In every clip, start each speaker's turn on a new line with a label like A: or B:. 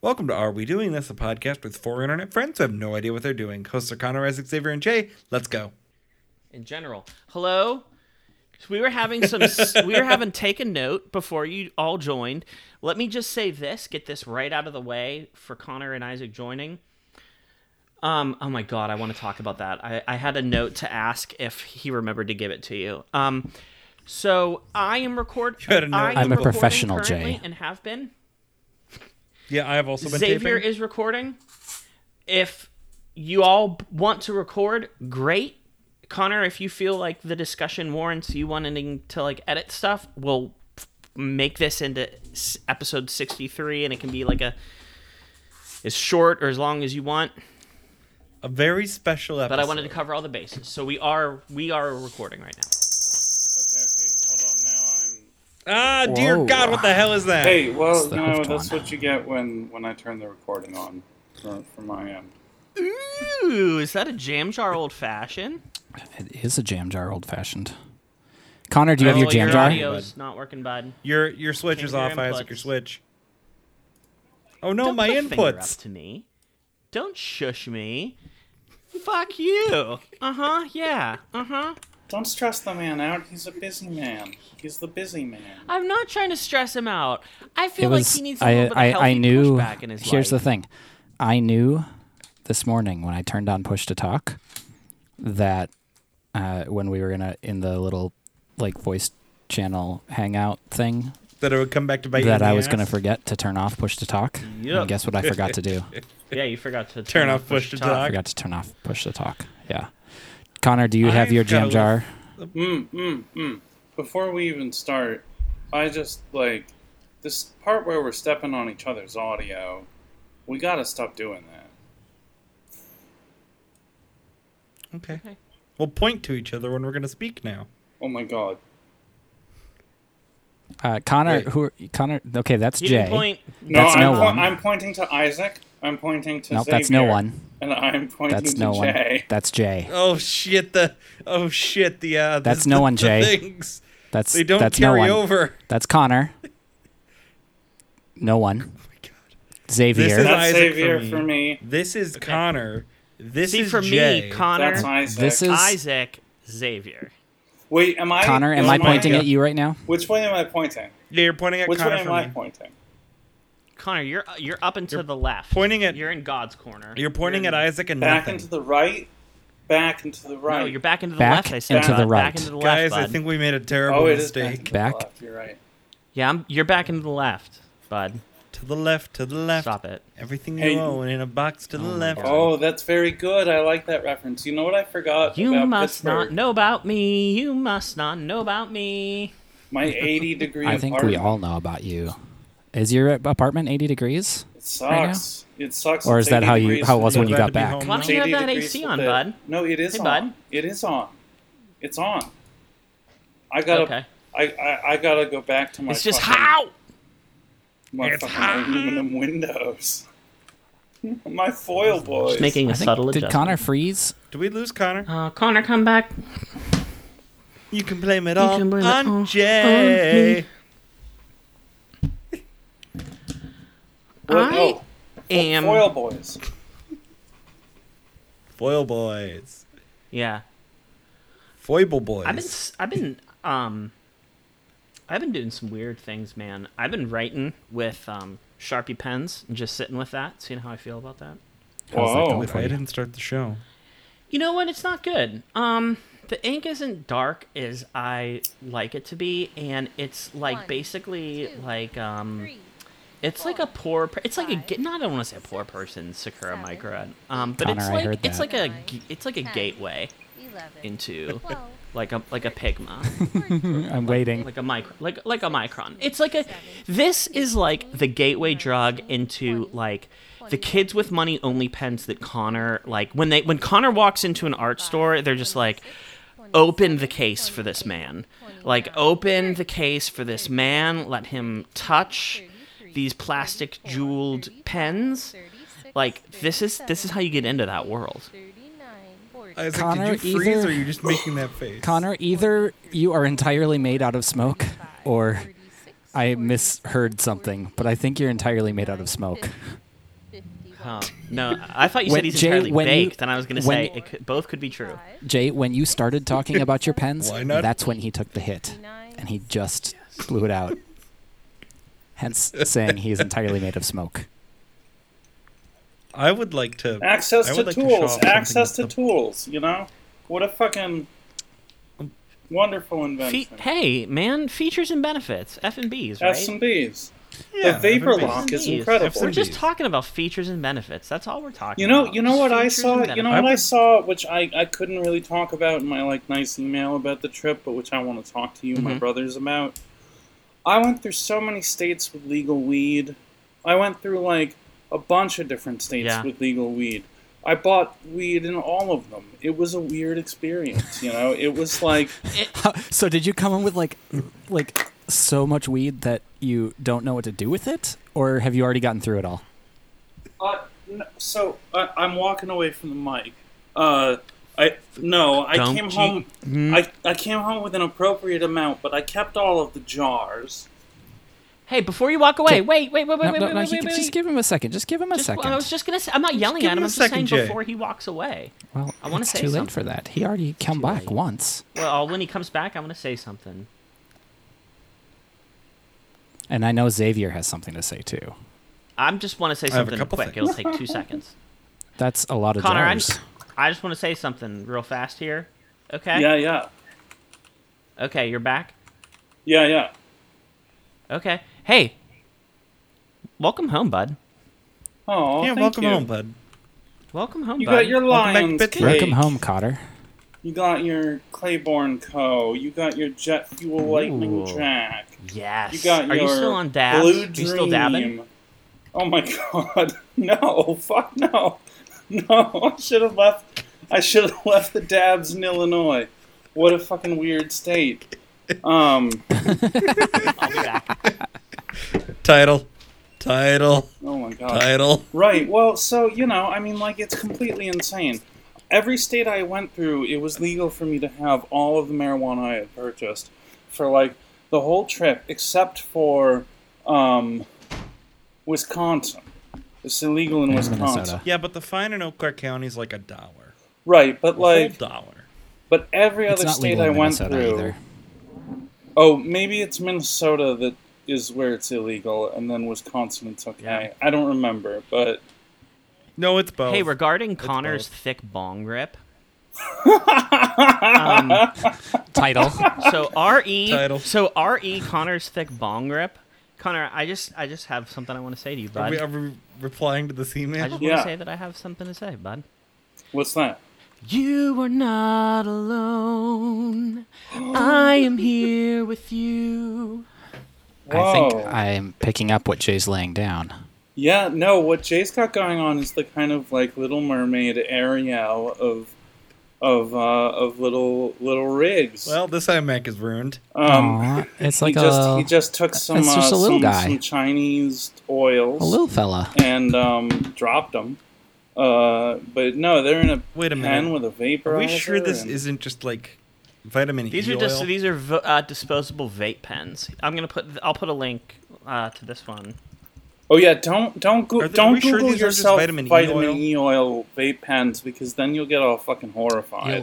A: Welcome to Are We Doing This, a podcast with four internet friends who have no idea what they're doing. Hosts are Connor, Isaac, Xavier, and Jay. Let's go.
B: in general. Hello. We were having some. we were having take a note before you all joined. Let me just say this. Get this right out of the way for Connor and Isaac joining. Um. Oh my God, I want to talk about that. I I had a note to ask if he remembered to give it to you. Um. So I am record.
A: had a note.
B: I am
A: I'm a
B: recording
C: professional,
B: currently
C: Jay.
B: and have been.
A: Yeah, I have also been
B: Xavier
A: taping.
B: is recording. If you all want to record, great. Connor, if you feel like the discussion warrants you wanting to like edit stuff, we'll f- make this into s- episode 63 and it can be like a as short or as long as you want,
A: a very special episode.
B: but I wanted to cover all the bases. So we are we are recording right now.
D: Okay, okay, hold on. Now I'm.
A: Ah, dear
C: Whoa.
A: God, what the hell is that?
D: Hey, well,
C: It's the
D: you know,
C: hooked
D: that's
C: one.
D: what you get when when I turn the recording on from, from my end.
B: Ooh, is that a jam jar old fashioned?
C: It is a jam jar, old fashioned. Connor, do you have
B: Oh,
C: your jam
B: your
C: jar?
B: audio's not working, bud.
A: Your your switch
B: Change
A: is
B: your
A: off, Isaac.
B: inputs.
A: Your switch. Oh no,
B: Don't
A: my
B: put a finger up
A: inputs.
B: to me. Don't shush me. Fuck you. Uh huh. Yeah. Uh huh.
D: Don't stress the man out. He's a busy man. He's the busy man.
B: I'm not trying to stress him out. I feel
C: It
B: like
C: was.
B: he needs a little
C: I,
B: bit
C: I,
B: of healthy
C: I knew.
B: pushback in his
C: Here's the
B: life.
C: thing. I knew this morning when I turned on push to talk that uh, when we were gonna in the little like voice channel hangout thing
A: That it would come back to bite you in
C: that
A: the
C: I was gonna
A: ass.
C: forget to turn off push to talk.
B: Yep.
C: And guess what I forgot to do?
B: Yeah, you forgot to turn,
A: Turn off push to
C: I
A: talk.
C: forgot to turn off push to talk. Yeah. Connor, do you have
A: I've
C: your
A: got a
C: jam
A: little-
C: jar?
D: Mm, mm, mm. Before we even start, I just like this part where we're stepping on each other's audio. We gotta stop doing that.
A: Okay.
B: Okay.
A: We'll point to each other when we're gonna speak now.
D: Oh my god.
C: Uh, Connor,
A: Wait.
C: who are, Connor? Okay, that's
B: You
C: Jay.
B: can point.
D: No,
C: That's
D: I'm,
C: no
D: po-
C: one.
D: I'm pointing to Isaac. I'm pointing to.
C: Nope, that's no
D: Xavier,
C: one.
D: And I'm pointing
C: That's
D: to
C: no one.
D: Jay.
C: That's Jay.
A: Oh shit! The oh shit! The uh,
C: That's
A: the-
C: no one,
A: the
C: Jay.
A: Things
C: That's
A: they don't
C: that's
A: carry
C: no one.
A: over.
C: That's Connor. No one.
A: Oh my God.
C: Xavier.
A: This is-
C: This is,
D: That's
A: Isaac for
D: Xavier
A: me.
D: for me.
A: This is Connor. This
B: See
A: is
B: for
A: Jay.
B: me, Connor,
D: That's Isaac.
B: Isaac, Xavier.
D: Wait, am I
C: Connor. Am
A: Oh
D: is
C: I
D: mine-
C: pointing at you right now?
D: Which way am I pointing?
A: Yeah, you're pointing at
D: Which
A: Connor
D: way am
A: for
D: I
A: me.
D: pointing?
B: Connor, you're you're up and to the left.
A: pointing at-
B: You're in God's corner.
A: You're pointing at
B: in-
A: Isaac and
D: Back
A: nothing.
D: into the right. Back into the right.
B: No, you're back into the
C: Back
B: left. I said
C: into
B: bud.
C: the
B: Back
C: right.
B: into the
A: Guys,
B: left, bud.
A: I think we made a terrible
D: oh, it is back.
A: mistake.
D: into the
C: Back.
D: left, You're right.
B: Yeah, I'm, you're back into the left, bud.
A: To the left, to the left.
B: Stop it.
A: Everything
D: Hey.
A: you own in a box to the left.
D: Oh, that's very good. I like that reference. You know what I forgot?
B: You
D: about
B: must
D: Pittsburgh?
B: not know about me. You must not know about me.
D: My 80 degree.
C: I think we
D: apartment.
C: all know about you. Is your apartment 80 degrees?
D: It sucks. It sucks.
C: Or
D: It's
C: is that
D: 80
C: how you
D: degrees
C: how it was
D: today.
C: when you
A: Glad
C: got
A: to be
C: back?
A: home.
B: Why don't
D: It's
B: you
D: 80
B: have that
D: degrees
B: AC on,
D: today.
B: bud?
D: No, it is
B: Hey,
D: on.
B: bud.
D: It is on. It's on. I gotta.
B: Okay.
D: I, I I gotta go back to my.
B: It's just
D: fucking-
B: how.
D: My
A: It's
D: fucking
A: hot.
D: aluminum windows. my foil boys.
B: Just making
C: I
B: a
C: think-
B: subtle
C: did
B: adjustment.
C: Connor freeze?
A: Do we lose Connor?
B: Uh, Connor, come back.
C: Oh,
A: You can blame it all
B: can blame it
A: on
B: all
A: Jay.
D: Well, no,
B: Am
D: foil boys.
A: Foil boys.
B: yeah.
A: Foible boys.
B: I've been s- I've been um I've been doing some weird things, man. I've been writing with um Sharpie pens and just sitting with that, seeing how I feel about that.
C: How's that
D: Whoa.
C: going
A: Wait,
C: for
A: I
C: you?
A: didn't start the show.
B: You know what? It's not good. Um, the ink isn't dark as I like it to be, and it's like
E: One,
B: basically
E: two,
B: like um,
E: three,
B: it's like a poor. Per- it's like a.
E: five,
B: ga- Not I don't want to say a poor person, Sakura
E: seven,
B: Micra. Um, but
C: Connor,
B: it's
C: I
B: like
C: heard
B: it's
C: that.
B: like a
E: nine,
B: g- it's like a
E: ten,
B: gateway
E: 11,
B: into
E: 12,
B: like a like a pigma,
E: 13,
C: I'm waiting.
B: like a micro, like like a micron. It's like a. This is like the gateway drug into like the kids with money only pens that Connor like when they when Connor walks into an art store, they're just like. open the case for this man. Like, open the case for this man. Let him touch these plastic jeweled pens. Like, this is this is how you get into that world.
E: 39, 40,
A: Isaac,
C: Connor,
A: did you freeze
C: either-
A: or are you just making that face?
C: Connor, either you are entirely made out of smoke, or
E: 46,
C: I misheard something. But I think you're entirely made out of smoke.
B: Oh, no, I thought you
C: When-
B: said he's
C: Jay,
B: entirely
C: when you-
B: baked, and I was going to
C: when-
B: say it could, both could be true.
C: Jay, when you started talking about your pens,
A: Why not?
C: that's when he took the hit, and he just blew it out. Hence, saying he is entirely made of smoke.
A: I would like to
D: Access
A: I
D: to
A: would like to show off
D: tools.
A: something
D: access to
A: that's the-
D: tools. You know, what a fucking
A: Um,
D: wonderful
B: Fe-
D: invention.
B: hey, man, features and benefits, F and B's, right?
D: S and B's.
A: Yeah,
D: the vapor
A: everybody's-
D: lock is
B: Jeez,
D: incredible.
B: We're just
A: Jeez.
B: talking about features and benefits. That's all we're talking.
D: You know,
B: about.
D: you know what I
B: Features
D: saw.
B: and
D: You know
B: benefits.
D: what I
A: benefits.
D: saw, which I, I couldn't really talk about in my like nice email about the trip, but which I want to talk to you, and my brothers, about. I went through so many states with legal weed. I went through like a bunch of different states
B: Yeah.
D: with legal weed. I bought weed in all of them. It was a weird experience. You know, it was like
C: So, did you come in with like, like so much weed that you don't know what to do with it, or have you already gotten through it all?
D: Uh, n so I, I'm walking away from the mic. Uh, I no, I
B: Don't
D: came
B: cheat.
D: home.
A: Hmm?
D: I, I came home with an appropriate amount, but I kept all of the jars.
B: Hey, before you walk away,
C: Jay-
B: wait, wait, wait, wait,
C: No,
B: wait,
C: no,
B: wait,
C: no,
B: wait,
C: he-
B: wait,
C: just
B: wait.
C: give him a second. Just give him a
B: Just-
C: second.
B: I was just gonna say, I'm not yelling
A: give him
B: at him.
A: a
B: I'm just saying
A: second, Jay.
B: before he walks away.
C: well,
B: I wanna
C: it's
B: say
C: too late
B: something.
C: for that. He already come back
B: late.
C: once,
B: Well, when he comes back, I'm gonna say something.
C: and I know Xavier has something to say too.
B: I just want to say
A: I have a
B: something
A: couple
B: quick.
A: things.
B: It'll take two seconds.
C: That's a lot of
B: Connor, I
C: jars.
B: just, I just want to say something real fast here. Okay.
D: Yeah, yeah,
B: Okay, you're back.
D: yeah, yeah.
B: Okay. Hey. Welcome home, bud.
D: Oh,
A: yeah,
D: thank
A: welcome
D: you.
A: home, bud.
B: Welcome home,
D: You
B: bud.
D: got your
A: Welcome back,
D: Lions.
A: Bitsy.
D: cake.
C: Welcome home, Cotter.
D: You got your Claiborne Co. You got your Jet Fuel Lightning
B: Ooh.
D: Jack.
B: Yes.
D: You got
B: Are
D: your
B: you still on dabs?
D: Blue
B: Are you still dabbing?
D: Dream. Oh my god. No, fuck no. No, I should have left I should have left the dabs in Illinois. What a fucking weird state. Um
B: I'll be back.
A: Title, title,
D: oh my god.
A: title.
D: Right. Well, so you know, I mean, like it's completely insane. Every state I went through, it was legal for me to have all of the marijuana I had purchased for like the whole trip, except for um, Wisconsin. It's illegal in Wisconsin.
C: Mm, Minnesota.
A: Yeah, but the fine in Eau Claire County is like a dollar.
D: Right, but
A: A
D: like,
A: whole dollar.
D: but every
C: It's
D: other
C: not
D: state
C: legal
D: I
C: in
D: went
C: Minnesota
D: through.
C: either.
D: Oh, maybe it's Minnesota that is where it's illegal, and then Wisconsin it's okay.
B: Yeah.
D: I don't remember, but
A: No, it's both.
B: Hey, regarding Connor's
A: both.
B: thick bong grip.
C: Title.
B: So re
A: Title.
B: so re Connor's thick bong grip. Connor, I just I just have something I want to say to you,
A: Are
B: bud.
A: we, are we replying to this
B: I
A: email?
B: just want
D: Yeah.
B: to say that I have something to say, bud.
D: what's that?
B: You are not alone. I am here with you.
C: I
D: Whoa.
C: think I'm picking up what Jay's laying down.
D: Yeah, no, what Jay's got going on is the kind of like Little Mermaid Ariel of of uh, of little little rigs.
A: Well, this iMac is ruined.
D: um,
C: Aw, it's
D: he
C: like
D: just he
C: a,
D: just took some
C: it's just
D: uh,
C: a little
D: some,
C: guy.
D: some Chinese oils
C: a little fella.
D: and um, dropped them. Uh, but no, they're in a
A: Wait a
D: pen
A: minute.
D: with a vapor.
A: Are we sure this
D: and-
A: isn't just like vitamin
B: These
A: E
B: are
A: oil?
B: just these are v- uh, disposable vape pens. I'm gonna put I'll put a link uh, to this one.
D: Oh yeah, don't don't go,
A: Are they- are
D: don't
A: we sure
D: Google
A: these are just
D: yourself
A: vitamin E oil?
D: E oil vape pens because then you'll get all fucking horrified.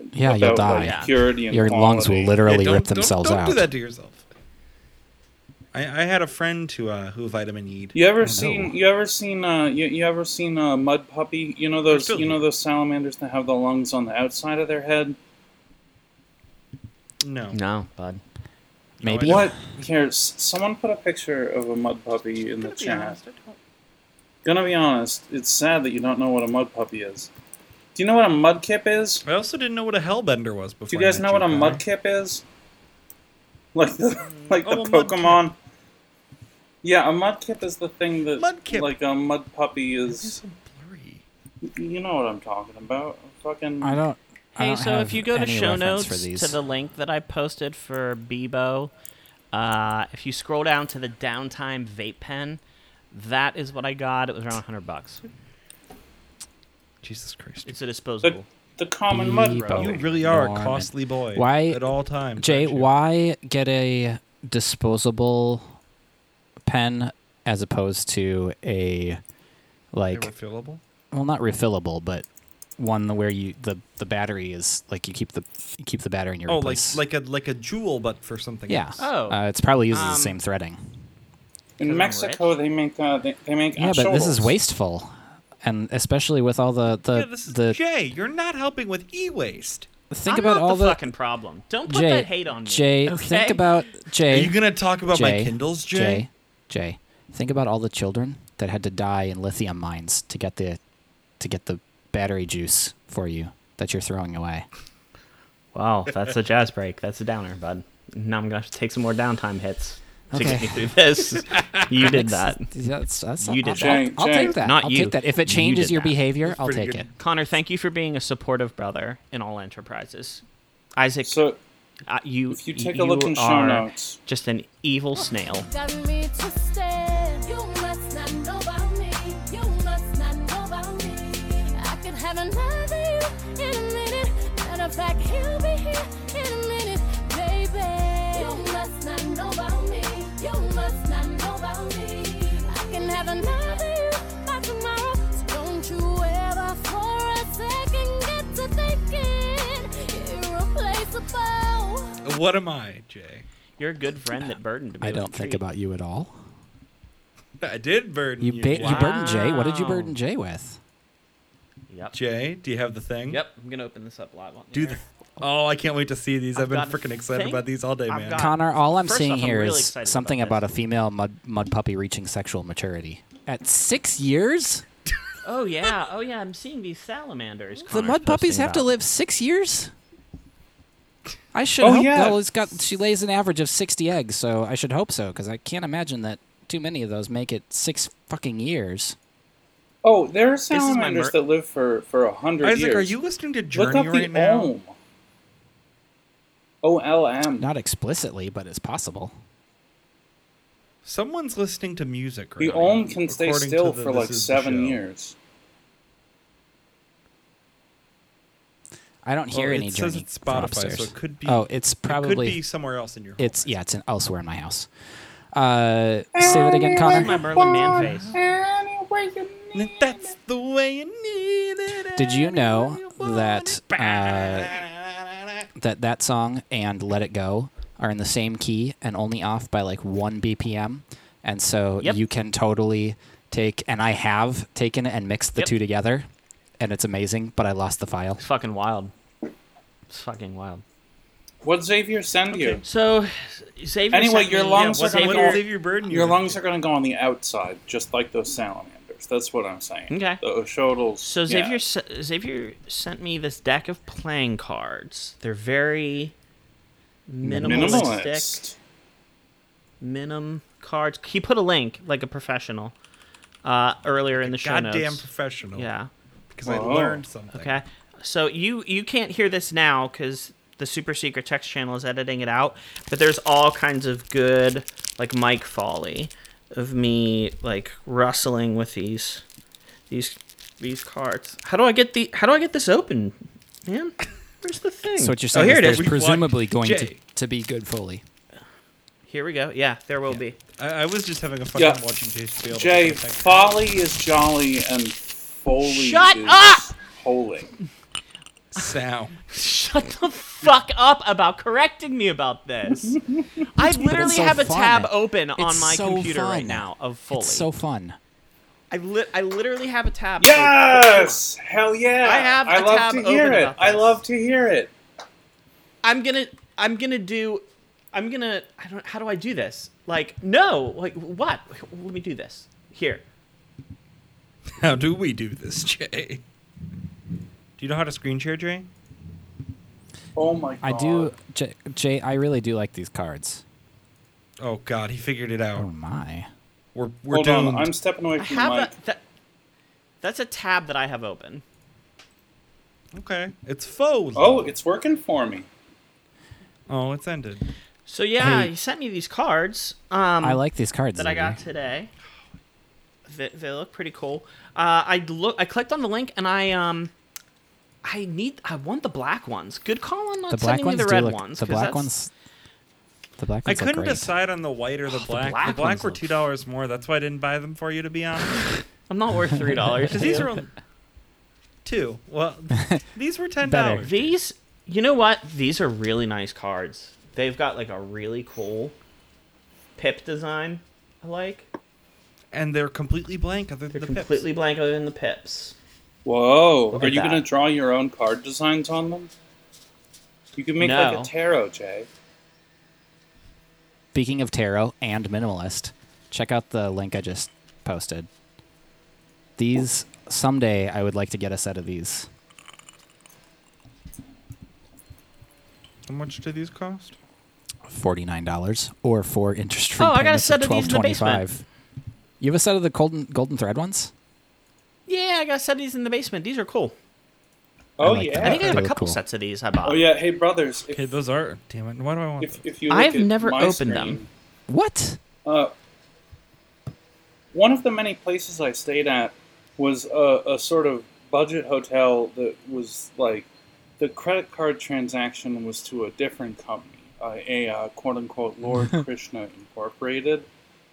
C: You'll- Yeah, you'll
D: about,
C: die.
D: like, purity and
C: Your lungs will
D: quality.
A: Yeah,
C: literally
A: don't-
C: rip
A: don't-
C: themselves
A: don't,
C: out.
A: do that to yourself. I, I had a friend who uh, who vitamin E.
D: You ever
C: know.
D: seen you ever seen uh you, you ever seen a mud puppy? You know those
A: still
D: you know
A: here.
D: those salamanders that have the lungs on the outside of their head?
A: No.
B: No, bud.
C: Maybe.
A: Yeah.
D: What? Here, s- someone put a picture of a mud puppy in the chat. Gonna be honest, it's sad that you don't know what a mud puppy is. Do you know what a mudkip is?
A: I also didn't know what a hellbender was before.
D: Do you guys
A: I
D: know what a
A: met you, Connor.
D: mudkip is? Like the like the
A: Oh, a mudkip.
D: Pokemon. Yeah, a mudkip is the thing that
A: Mudkip.
D: like a mud puppy
A: It's
D: is.
A: so blurry.
D: You know what I'm talking about? Fucking.
C: I don't. I
B: Hey,
C: don't
B: so if
C: have
B: you go to
C: any
B: show
C: reference
B: notes
C: for these.
B: to the link that I posted for Bebo, uh, if you scroll down to the downtime vape pen, that is what I got. It was around 100 bucks.
A: Jesus Christ.
B: It's a
D: The,
B: disposable.
D: the common mud
C: Bebo.
A: You
D: road.
A: really are
C: Norman.
A: a costly boy.
C: Why-
A: At all times.
C: Jay,
A: aren't you?
C: why get a disposable pen as opposed to a
A: They
C: like
A: were fillable.
C: well not refillable but one where you the the battery is like you keep the you keep the battery in your
A: Oh, like
C: replace.
A: like a like a jewel, but for something
C: yeah
A: else.
B: Oh.
C: uh, it's probably uses
B: Um,
C: the same threading
D: In
B: I'm
D: Mexico, they make uh, they, they make
C: yeah but this is
D: anchovies.
C: wasteful and especially with all the the
A: Yeah, this is
C: the
A: Jay. You're not helping with e-waste.
C: think
B: I'm
C: about
B: not
C: all
B: the, fucking problem. Don't put
C: Jay
B: that hate on me.
C: Jay
B: okay?
C: think about
A: Are
C: Jay
A: you gonna talk about my Kindles, Jay?
C: Jay, Jay, think about all the children that had to die in lithium mines to get the to get the battery juice for you that you're throwing away.
B: Wow, that's a jazz break. That's a downer, bud. Now I'm gonna have to take some more downtime hits to
C: Okay.
B: get me through this. You did that.
C: That's, that's,
B: You did
C: I'll,
D: that.
C: I'll, I'll
D: Jay,
C: take that.
B: Not
C: I'll
B: you.
C: take that. If it
B: You
C: changes
B: did
C: your
B: that.
C: behavior,
A: That's
C: I'll
A: pretty
C: take
A: good.
C: it.
B: Connor, thank you for being a supportive brother in all enterprises. Isaac,
D: So
B: uh, you
D: if you take
B: you
D: a look in show
B: are
D: notes,
B: just an evil snail.
E: Got me twisted. You must not know about me. You must not know about me. I could have another you in a minute. Matter of fact, he'll be here in a minute, baby. You must not know about me. You must not know about me. I can have another you by tomorrow. So don't you ever for a second get to thinking you're irreplaceable.
A: What am I, Jay?
B: You're a good friend that burdened me.
C: I
B: with
C: don't
B: a
C: think
B: treat.
C: about you at all.
A: I did burden
C: You
A: you.
C: ba- you
A: Wow.
C: burden Jay. What did you
B: Wow.
C: burden Jay with?
B: Yep.
A: Jay, do you have the thing?
B: Yep. I'm gonna open this up live. on
A: Do
B: air.
A: the. Oh, I can't wait to see these. I've,
B: I've
A: been
B: got a
A: freaking excited
B: thing.
A: about these all day,
B: I've
A: man.
B: got-
C: Connor, all I'm
B: First
C: seeing
B: off, I'm
C: here is
B: really excited about
C: something
B: this.
C: about, a female mud, mud puppy reaching sexual maturity at six years.
B: Oh yeah. Oh yeah. I'm seeing these salamanders.
C: The
B: Connor's
C: mud puppies
B: posting
C: have to
B: about.
C: live six years. I should
D: Oh,
C: hope
D: yeah.
C: well, it's got she lays an average of sixty eggs, so I should hope so because I can't imagine that too many of those make it six fucking years.
D: oh, there are
B: my
D: salamanders
B: mer-
D: that live for for a hundred years.
A: Isaac, are you listening to
D: Look
A: Journey
D: up the
A: right now?
D: Olm. O L M.
C: Not explicitly, but it's possible.
A: Someone's listening to music right
D: The
A: now.
D: Olm can stay
A: according to
D: still
A: the
D: for
A: This
D: like
A: Is the Show.
D: seven years.
C: I don't hear
A: Well,
C: any
A: it says
C: journey
A: it's Spotify,
C: from upstairs.
A: so it could be.
C: oh, it's
A: it could
C: probably
A: be somewhere else in your. Home.
C: it's yeah, it's in, elsewhere in my house. Uh, say that again,
B: This is my
C: Connor.
B: Merlin man face.
A: And That's the way you need it.
C: Did you know
A: any way you
C: that
A: want it.
C: uh, that that song and Let It Go are in the same key and only off by like one BPM, and so
B: Yep.
C: you can totally take and I have taken it and mixed the
B: Yep.
C: two together, and it's amazing. But I lost the file.
B: It's fucking wild. It's fucking wild.
D: What Xavier send you?
B: So, Xavier.
D: Anyway,
B: sent
D: your
B: me-
D: lungs
B: yeah,
A: What
D: are
B: Xavier-
D: gonna
A: did
D: go-
A: Xavier Burden?
D: Your lungs are going to go on the outside, just like those salamanders. That's what I'm saying.
B: Okay.
D: The Oshodals.
B: So
D: yeah.
B: Xavier s- Xavier sent me this deck of playing cards. They're very minimalistic,
D: Minimalist.
B: minim cards. He put a link like a professional uh, earlier in the show
A: goddamn
B: notes.
A: professional.
B: yeah.
A: because I
D: Whoa.
A: learned something.
B: Okay. So you you can't hear this now because the super secret text channel is editing it out. But there's all kinds of good like mic folly of me like rustling with these these these cards. How do I get the How do I get this open, man? Where's the thing?
C: So what you're
B: Oh,
C: saying
B: here
C: is
B: it is.
C: there's presumably
A: watched
C: going to,
A: Jay.
C: to be good Foley.
B: Here we go. Yeah, there will be.
A: I, I was just having a fun
D: Yeah.
A: time watching Jay spiel.
D: Jay, folly is jolly and folly
B: Shut
D: is
B: up!
D: holy.
A: sound.
B: Shut the fuck up about correcting me about this. I literally
C: so
B: have a
C: fun.
B: tab open on
C: It's
B: my
C: so
B: computer right
C: fun.
B: now of Foley.
C: It's so fun.
B: I li- I literally have a tab. open.
D: Yes! Hell yeah!
B: I have
D: I
B: a
D: love
B: tab
D: to hear
B: open
D: it.
B: about
D: I
B: this.
D: love to hear it.
B: I'm gonna I'm gonna do I'm gonna I don't how do I do this? Like no, like what? Let me do this. Here.
A: How do we do this, Jay? Do you know how to screen share, Jay?
D: Oh my god.
C: I do, Jay, Jay. I really do like these cards.
A: Oh God, he figured it out.
C: Oh my.
A: We're we're
D: Hold
A: doomed.
D: on, I'm stepping away
B: I
D: from
B: have
D: the mic.
B: a that, that's a tab that I have open.
A: Okay, it's faux.
D: Oh, it's working for me.
A: oh, it's ended.
B: So yeah,
C: Hey.
B: he sent me these cards. Um
C: I like these cards.
B: that I got
C: Xavier.
B: today. They, they look pretty cool. Uh, I look. I clicked on the link and I um, I need. I want the black ones. Good call on not
C: The black
B: sending me
C: ones
B: the
C: do
B: red
C: look.
B: ones.
C: the
B: 'cause
C: black
B: that's-
C: ones The black
A: I
C: ones look
A: couldn't
C: great.
A: decide on the white or the black. The
B: Oh, black
A: black,
B: ones
A: were
B: look-
A: two dollars more. That's why I didn't buy them for you, to be honest.
B: I'm not worth three dollars.
A: Because these are only two. Well, these were ten
C: Better.
A: dollars.
B: these. You know what? These are really nice cards. They've got like a really cool pip design. I like.
A: and they're completely blank other than
B: They're
A: the pips.
B: completely blank other than the pips.
D: Whoa!
B: Look
D: Are
B: at
D: you
B: that.
D: gonna draw your own card designs on them? You can make like
B: No.
D: a tarot, Jay.
C: Speaking of tarot and minimalist, check out the link I just posted. These someday I would like to get a set of these.
A: How much do these cost?
C: Forty nine dollars or four interest free.
B: Oh, I got a
C: payments
B: set of these in the
C: $12.25.
B: basement.
C: You have a set of the golden golden thread ones?
B: Yeah, I got set these in the basement. These are cool.
D: Oh
C: like
D: yeah.
C: that.
B: I think I have
C: They
B: a
C: look
B: couple
C: cool.
B: sets of these I bought.
D: Oh yeah. Hey brothers,
A: Okay,
D: if,
A: those are. Damn it! Why do I want?
D: if,
A: them?
D: if you look
B: I've
D: at
B: never
D: my
B: opened
D: screen,
B: them.
C: What?
D: Uh, one of the many places I stayed at was a, a sort of budget hotel that was like the credit card transaction was to a different company, uh, a uh, quote unquote Lord Krishna Incorporated,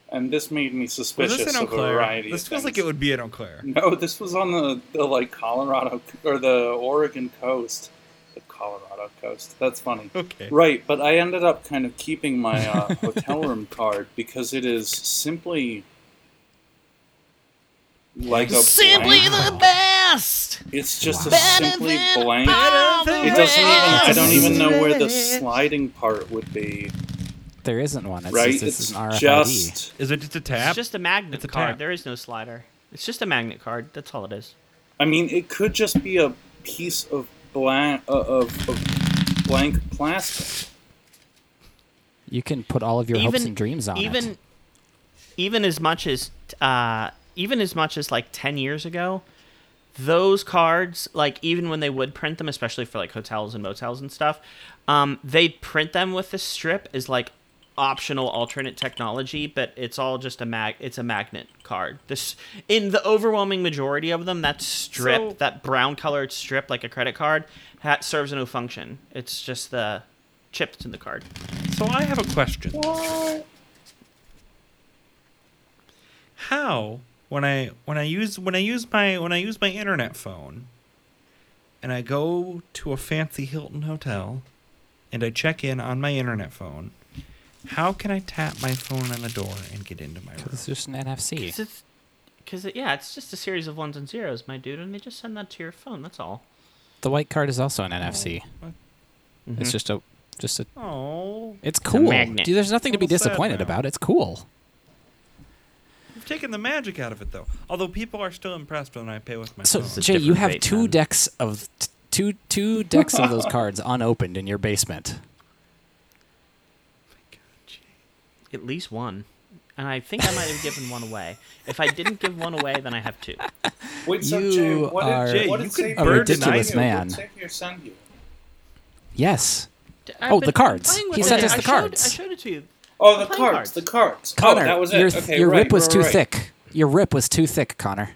D: and this made me
A: Was
D: suspicious
A: this in Eau
D: of a
A: Claire?
D: variety.
A: This
D: of
A: feels like
D: things.
A: it would be in Eau Claire.
D: No, this was on the, the like Colorado or the Oregon coast, the Colorado coast. That's funny.
A: Okay.
D: Right, but I ended up kind of keeping my uh, hotel room card because it is simply like a
B: Simply
D: blank.
B: the best.
D: It's just a
C: Better
D: simply blank.
A: than
D: It doesn't even. I don't even know where the
A: rest.
D: sliding part would be.
C: There isn't one. It's
D: Right,
C: just, it's,
D: it's
C: an RFID.
D: just
A: Is it just a tap?
B: It's just a magnet
A: It's a
B: card.
A: tap.
B: There is no slider. It's just a magnet card. That's all it is.
D: I mean, it could just be a piece of blank uh, of, of blank plastic.
C: You can put all of your hopes
B: Even-
C: and dreams on
B: even
C: it.
B: even as much as uh, even as much as like 10 years ago those cards like even when they would print them especially for like hotels and motels and stuff um, they'd print them with the strip as like optional alternate technology but it's all just a mag it's a magnet card this in the overwhelming majority of them that strip
A: So-
B: that brown colored strip like a credit card ha- serves no function it's just the chip that's in the card
A: So I have a question. How when I when I use when I use my when I use my internet phone and I go to a fancy Hilton hotel and I check in on my internet phone, how can I tap my phone on the door and get into my room?
C: It's just an NFC.
B: Because it's, cause it, yeah, it's just a series of ones and zeros, my dude, and they just send that to your phone. That's all.
C: The white card is also an NFC.
B: Oh,
D: Mm-hmm.
C: It's just a just a
A: Oh,
C: it's cool.
B: magnet.
C: Dude, there's nothing to be
A: I'm sad
C: disappointed
A: now.
C: about. It's cool.
A: you've taken the magic out of it though. Although people are still impressed when I pay with my
C: So
A: phone.
C: Jay, you
B: different
C: have
B: fate
C: two
B: then.
C: decks of t- two two decks of those cards unopened in your basement.
B: At least one. And I think I might have given one away. If I didn't give one away, then I have two.
D: Wait, so
C: You
D: Jay, what
C: are
D: did,
A: Jay,
D: what
A: you could
D: did Xavier
A: a
D: send
A: ridiculous
D: you? What
C: man.
D: did Xavier send you?
C: Yes.
B: D-
C: Oh,
B: I've
C: the
B: been
C: cards.
B: playing with
C: He
B: it.
C: sent us
B: I
C: the
B: showed-
C: cards.
B: I showed it to you.
D: Oh, the
B: Playing
D: cards,
B: cards.
D: the cards.
C: Connor,
D: oh, that was it.
C: your,
D: okay,
C: your
D: right,
C: rip was
D: right,
C: too
D: right.
C: thick. Your rip was too thick, Connor.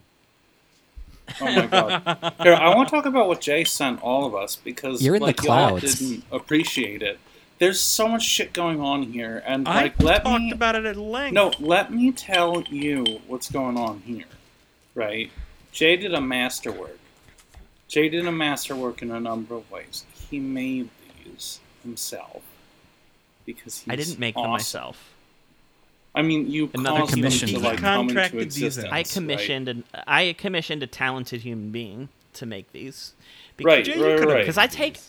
D: Oh my god. Here, I want to talk about what Jay sent all of us because
C: You're in the
D: like, y'all
C: clouds.
D: didn't appreciate it. There's so much shit going on here, and
A: I
D: like, let
A: talked
D: me
A: about it at length.
D: no, let me tell you what's going on here, right? Jay did a masterwork. Jay did a masterwork in a number of ways. He made these himself because he's
B: I didn't make
D: awesome.
B: them myself.
D: I mean, you
B: Another
D: caused
C: commission.
D: them
C: He
D: to, like, come into
A: contracted these
D: existence,
A: out.
B: I
D: right?
B: commissioned an I commissioned a talented human being to make these.
D: Right,
A: Jay, you
D: right,
A: could've-
D: right.
B: because I take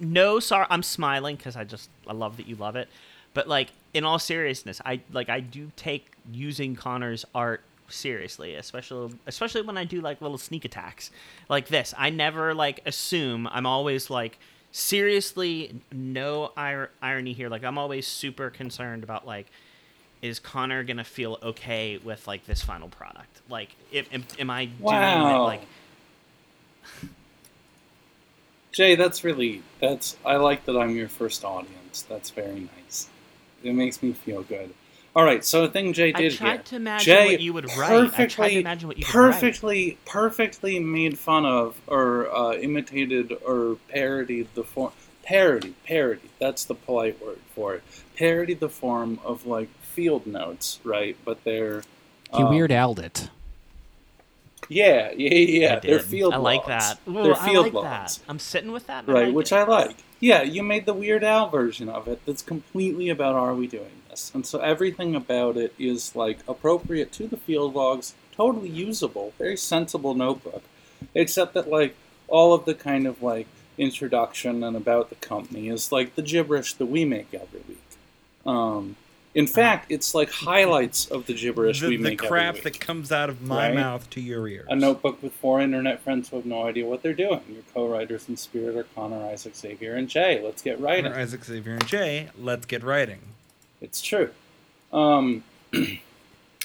B: no sorry. I'm smiling because I just I love that you love it. But like in all seriousness, I like I do take using Connor's art seriously, especially especially when I do like little sneak attacks like this. I never like assume. I'm always like seriously no ir- irony here. Like I'm always super concerned about like is Connor gonna feel okay with like this final product? Like, if, am, am I doing it
D: Wow.
B: like
D: Jay, that's really that's I like that I'm your first audience. That's very nice. It makes me feel good. All right, so the thing Jay
B: I
D: did
B: tried
D: here.
B: to imagine
D: Jay
B: what you would write. I tried to
D: perfectly,
B: imagine what you would write.
D: perfectly, perfectly made fun of or uh, imitated or parodied the form parody, parody. That's the polite word for it. Parody the form of like field notes, right? But they're
C: He
D: um,
C: Weird Al'd it.
D: Yeah, yeah, yeah.
B: I
D: They're
B: did.
D: field.
B: I like
D: logs.
B: that. Ooh,
D: They're
B: I like
D: field logs.
B: that. I'm sitting with that. and
D: Right,
B: like
D: which
B: it.
D: I like. Yeah, you made the Weird Al version of it that's completely about are we doing this? And so everything about it is like appropriate to the field logs, totally usable, very sensible notebook. Except that like all of the kind of like introduction and about the company is like the gibberish that we make every week. Um, in
B: Uh-huh.
D: fact, it's like highlights of the gibberish
A: The,
D: we
A: the
D: make
A: crap
D: every week.
A: that comes out of my
D: Right. Uh,
A: mouth to your ears.
D: A notebook with four internet friends who have no idea what they're doing. Your co-writers in spirit are Connor, Isaac, Xavier, and Jay. Let's get writing.
A: Connor, Isaac Xavier and Jay, let's get writing.
D: It's true. Um,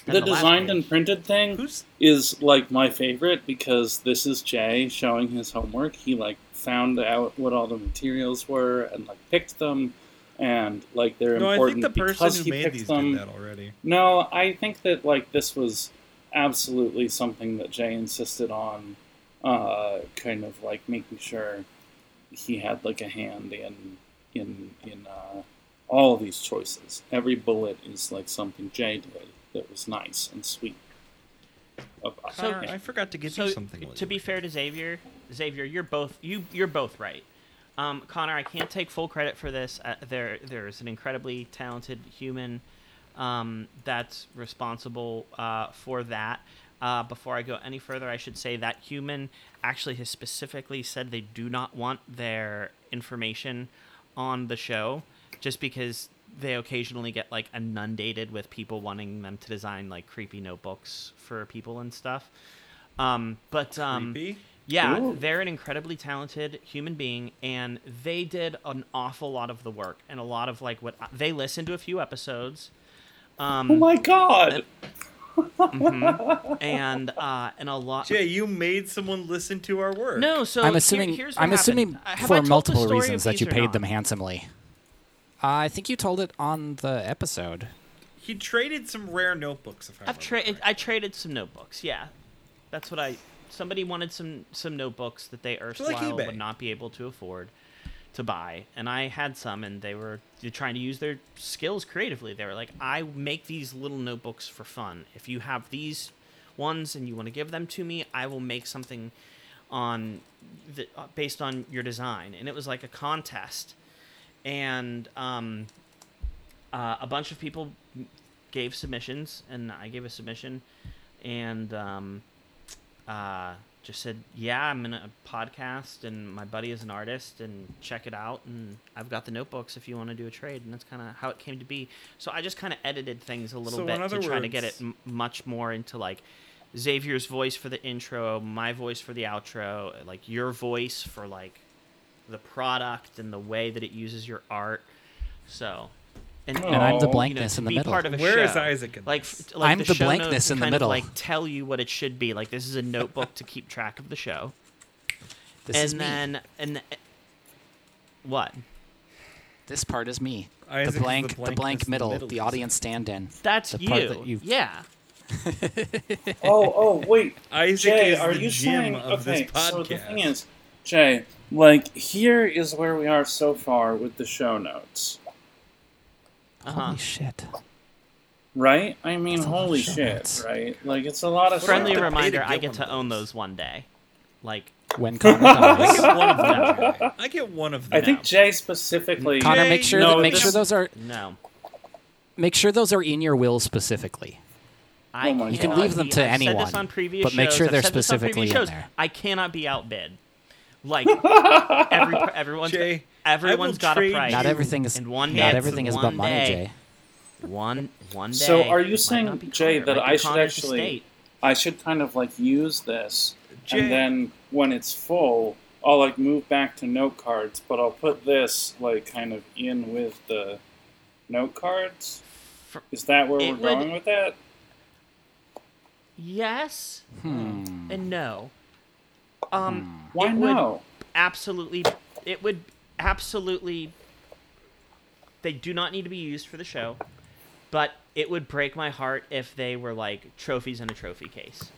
B: And
D: the
B: the last
D: designed
B: page.
D: and printed thing
A: Who's
D: is like my favorite because this is Jay showing his homework. He like found out what all the materials were and like picked them, and like they're
A: No, I think
D: important
A: the person
D: because
A: who
D: he
A: made
D: picked
A: these
D: them.
A: did that already.
D: No, I think that like this was absolutely something that Jay insisted on, uh, kind of like making sure he had like a hand in in in uh, all these choices. Every bullet is like something Jay did that was nice and sweet. Of us.
A: Connor,
D: Yeah.
A: I forgot to get
B: So
A: you something. while
B: to
A: you
B: be
A: were
B: fair to Xavier, Xavier, you're both you you're both right. Um, Connor, I can't take full credit for this. Uh, there there is an incredibly talented human um, that's responsible uh, for that. Uh, before I go any further, I should say that human actually has specifically said they do not want their information on the show, just because they occasionally get like inundated with people wanting them to design like creepy notebooks for people and stuff. Um, but um,
A: Creepy?
B: yeah,
D: Ooh.
B: they're an incredibly talented human being, and they did an awful lot of the work and a lot of like what I- they listened to a few episodes. Um,
D: Oh my god!
B: mhm. and uh, and a lot.
A: Jay, you made someone listen to our work.
B: No, so
C: I'm
B: here-
C: assuming.
B: here's what
C: I'm
B: happened.
C: assuming
B: Uh, have I told
C: for
B: the
C: multiple
B: story of
C: reasons that
B: these
C: you
B: or
C: paid
B: not?
C: them handsomely. Uh, I think you told it on the episode.
A: He traded some rare notebooks. If I
B: I've
A: remember
B: traded.
A: right.
B: I traded some notebooks. Yeah, that's what I. Somebody wanted some some notebooks that they erstwhile
A: eBay.
B: would not be able to afford to buy, and I had some, and they were trying to use their skills creatively. They were like, "I make these little notebooks for fun. If you have these ones and you want to give them to me, I will make something on the, uh, based on your design." And it was like a contest, and um, uh, a bunch of people gave submissions, and I gave a submission, and um, uh, just said, "Yeah, I'm in a podcast, and my buddy is an artist, and check it out, and I've got the notebooks if you want to do a trade." And that's kind of how it came to be. So I just kind of edited things a little
A: So in
B: bit to
A: other
B: try to get it
A: words-
B: m- much more into like. Xavier's voice for the intro, my voice for the outro, like your voice for like the product and the way that it uses your art. So, and,
D: And I'm the
C: Oh. blankness
B: to
C: in the
B: be
C: middle.
B: Part of a
A: Where is
B: show,
A: Isaac in
B: like,
A: this?
B: f- like
C: I'm the
B: show notes
C: blankness in the
B: kind
C: middle.
B: Of, like tell you what it should be. Like this is a notebook to keep track of the show,
C: This
B: and
C: is me.
B: then and th- what?
C: This part is me.
A: Isaac is
C: the
A: the
C: blank, the,
A: blankness
C: blank
A: in the
C: middle,
A: middle,
C: the
A: you
C: audience stand-in.
B: That's
C: the
B: you.
C: part that you.
B: Yeah.
D: Oh, oh, wait.
A: Isaac
D: Jay,
A: is
D: are
A: the
D: you
A: gym
D: saying,
A: of
D: okay,
A: this
D: So the thing
A: podcast.
D: is, Jay, like here is where we are so far with the show notes,
B: Uh-huh.
C: Holy shit!
D: right? I mean,
C: That's a lot of
D: holy
C: show
D: shit,
C: notes.
D: right? Like it's a lot of
B: Friendly
D: stuff.
A: to pay to
B: reminder: I
A: get
B: get
A: one
B: to
A: of
B: own
A: those.
B: those one day. Like
C: When Connor dies,
A: one of them. Jay. I get one of them.
D: I think Jay specifically.
C: Connor,
A: Jay,
C: make sure
D: no,
C: that, make
D: this-
C: sure those are
B: no.
A: Oh
C: make sure those are in your will specifically.
B: I
D: Oh my
B: cannot
D: You can
C: leave them
B: be-
C: to
B: I've Said
C: anyone,
B: this on previous
C: but make
B: shows,
C: sure
B: I've
C: they're
B: said this on previous
C: specifically
B: shows,
C: in there.
B: I cannot be outbid. Like every everyone's
A: Jay, I will
B: everyone's got a
A: trade
B: price.
C: Not
A: You
C: everything is
B: in one
C: not
B: day,
C: everything is
B: one
C: but money,
B: day.
C: Jay.
B: One one day.
D: So are
B: it
D: you
B: might
D: saying,
B: not be
D: Jay,
B: Connor,
D: that
B: it might
D: I
B: be
D: should
B: Connor's
D: actually-
B: estate.
D: I should kind of like use this,
A: Jay.
D: and then when it's full, I'll like move back to note cards, but I'll put this like kind of in with the note cards.
B: For-
D: Is that where
B: It
D: we're
B: would-
D: going with that?
B: Yes
C: Hmm.
B: and no.
A: Hmm.
B: Um,
D: Why
B: it would
D: no?
B: absolutely. It would absolutely. They do not need to be used for the show, but it would break my heart if they were like trophies in a trophy case.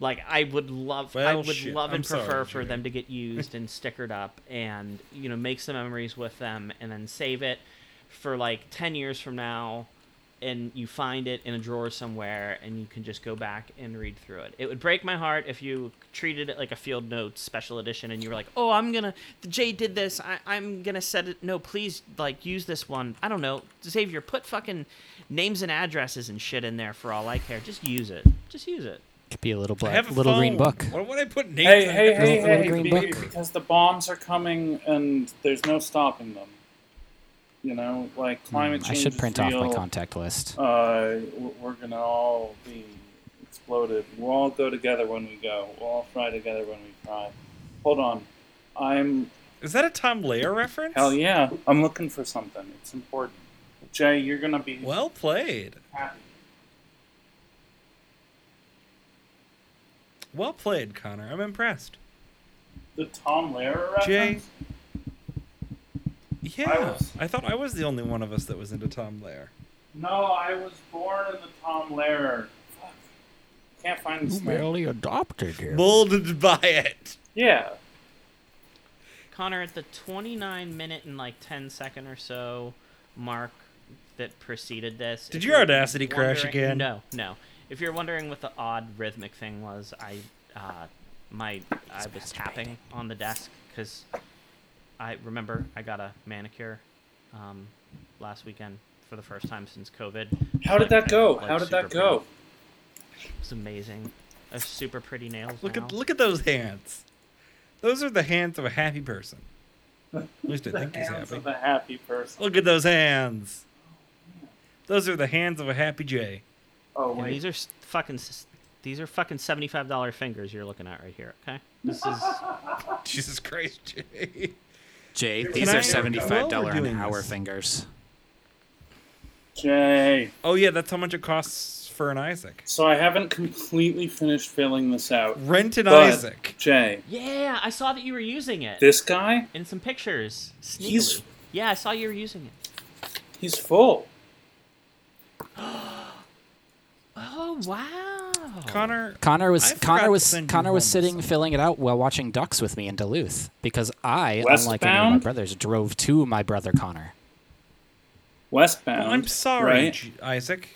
B: Like I would love, I
A: Well,
B: would
A: shit.
B: love
A: I'm
B: and
A: sorry,
B: prefer for
A: Jimmy.
B: them to get used and stickered up, and you know make some memories with them, and then save it for like ten years from now, and you find it in a drawer somewhere, and you can just go back and read through it. It would break my heart if you treated it like a field notes special edition, and you were like, "Oh, I'm gonna Jay did this. I, I'm gonna set it. No, please, like use this one. I don't know, Xavier. Put fucking names and addresses and shit in there for all I care. Just use it. Just use it."
C: Could be a little
A: I
C: black,
A: have a
C: little green
A: phone.
C: book.
A: Oh, Why would I put names?
D: Hey,
A: on
D: hey,
A: this?
D: hey,
C: Little
D: hey,
C: green
D: be-
C: book.
D: because the bombs are coming and there's no stopping them. You know, like climate
C: Hmm, I
D: change.
C: should
D: is
C: print
D: real.
C: off my contact list.
D: Uh, w- we're gonna all be exploded. We'll all go together when we go. We'll all fry together when we cry. Hold on, I'm
A: Is that a Tom Lehrer reference?
D: hell yeah. I'm looking for something. It's important. Jay, you're gonna be
A: Well played.
D: happy.
A: Well played, Connor. I'm impressed.
D: The Tom Lehrer reference.
A: Jay,
D: I
A: Yeah.
D: was-
A: I, thought I was the only one of us that was into Tom Lehrer.
D: No, I was born in the Tom Lehrer. Fuck. Can't find this. thing.
C: adopted him.
A: Molded by it.
D: Yeah.
B: Connor, at the 29 minute and like 10 second or so mark that preceded this.
A: Did
B: if
A: your
B: you're
A: Audacity crash
B: wondering-
A: again?
B: No, no. If you're wondering what the odd rhythmic thing was, I uh, my I was tapping on the desk because I remember I got a manicure um, last weekend for the first time since COVID.
D: How did
B: Like,
D: that go?
B: like,
D: How did
B: super
D: that go?
B: pretty. It was amazing. I have super pretty nails.
A: Look
B: now.
A: at look at those hands. Those are the hands of a happy person. At least I
D: The
A: think he's
D: hands
A: happy.
D: of a happy person.
A: Look at those hands. Those are the hands of a happy Jay.
D: Oh
B: And
D: wait.
B: these are s- fucking s- these are fucking seventy five dollar fingers you're looking at right here. Okay, this is
A: Jesus Christ, Jay.
C: Jay,
A: these
C: these
A: I-
C: are
A: are $75
C: seventy-five
A: while we're
C: dollar
A: an
C: an
A: doing hour
C: hour
A: this-
C: fingers.
D: Jay.
A: Oh yeah, that's how much it costs for an Isaac.
D: So I haven't completely finished filling this out.
A: Rent an
D: But
A: Isaac.
D: Jay,
B: yeah. I saw that you were using it
D: this guy,
B: in some pictures. Sneakily.
D: He's-
B: Yeah, I saw you were using it.
D: he's full.
B: Oh wow,
A: Connor.
C: Connor
A: I
C: was
A: forgot
C: Connor
A: to
C: was
A: send you
C: Connor was
A: home
C: sitting
A: with
C: filling it out while watching ducks with me in Duluth because I, unlike any of my
D: Westbound?
C: brothers, drove to my brother Connor.
D: Westbound.
A: Well, Oh, I'm sorry,
D: right?
A: J- Isaac.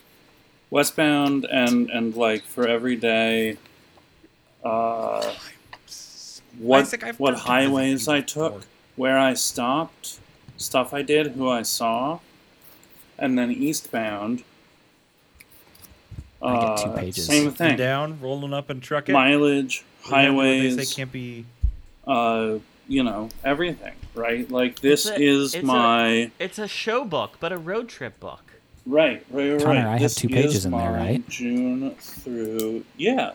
D: Westbound and and like for every day. Uh, what
A: Isaac, I've
D: what
A: talked to you
D: highways I
A: before.
D: took, where I stopped, stuff I did, who I saw, and then eastbound.
C: I get two
D: uh,
C: pages.
D: Same
A: And
D: thing.
A: down, rolling up and trucking.
D: Mileage,
A: Remember what
D: highways.
A: They say can't be.
D: uh, you know, everything, right? Like this
B: It's a-
D: is
B: it's
D: my
B: it's a show book, but a road trip book.
D: right, right, right.
C: Connor,
D: right.
C: I have
D: This
C: two pages
D: is
C: in there,
D: my
C: right?
D: June through yeah,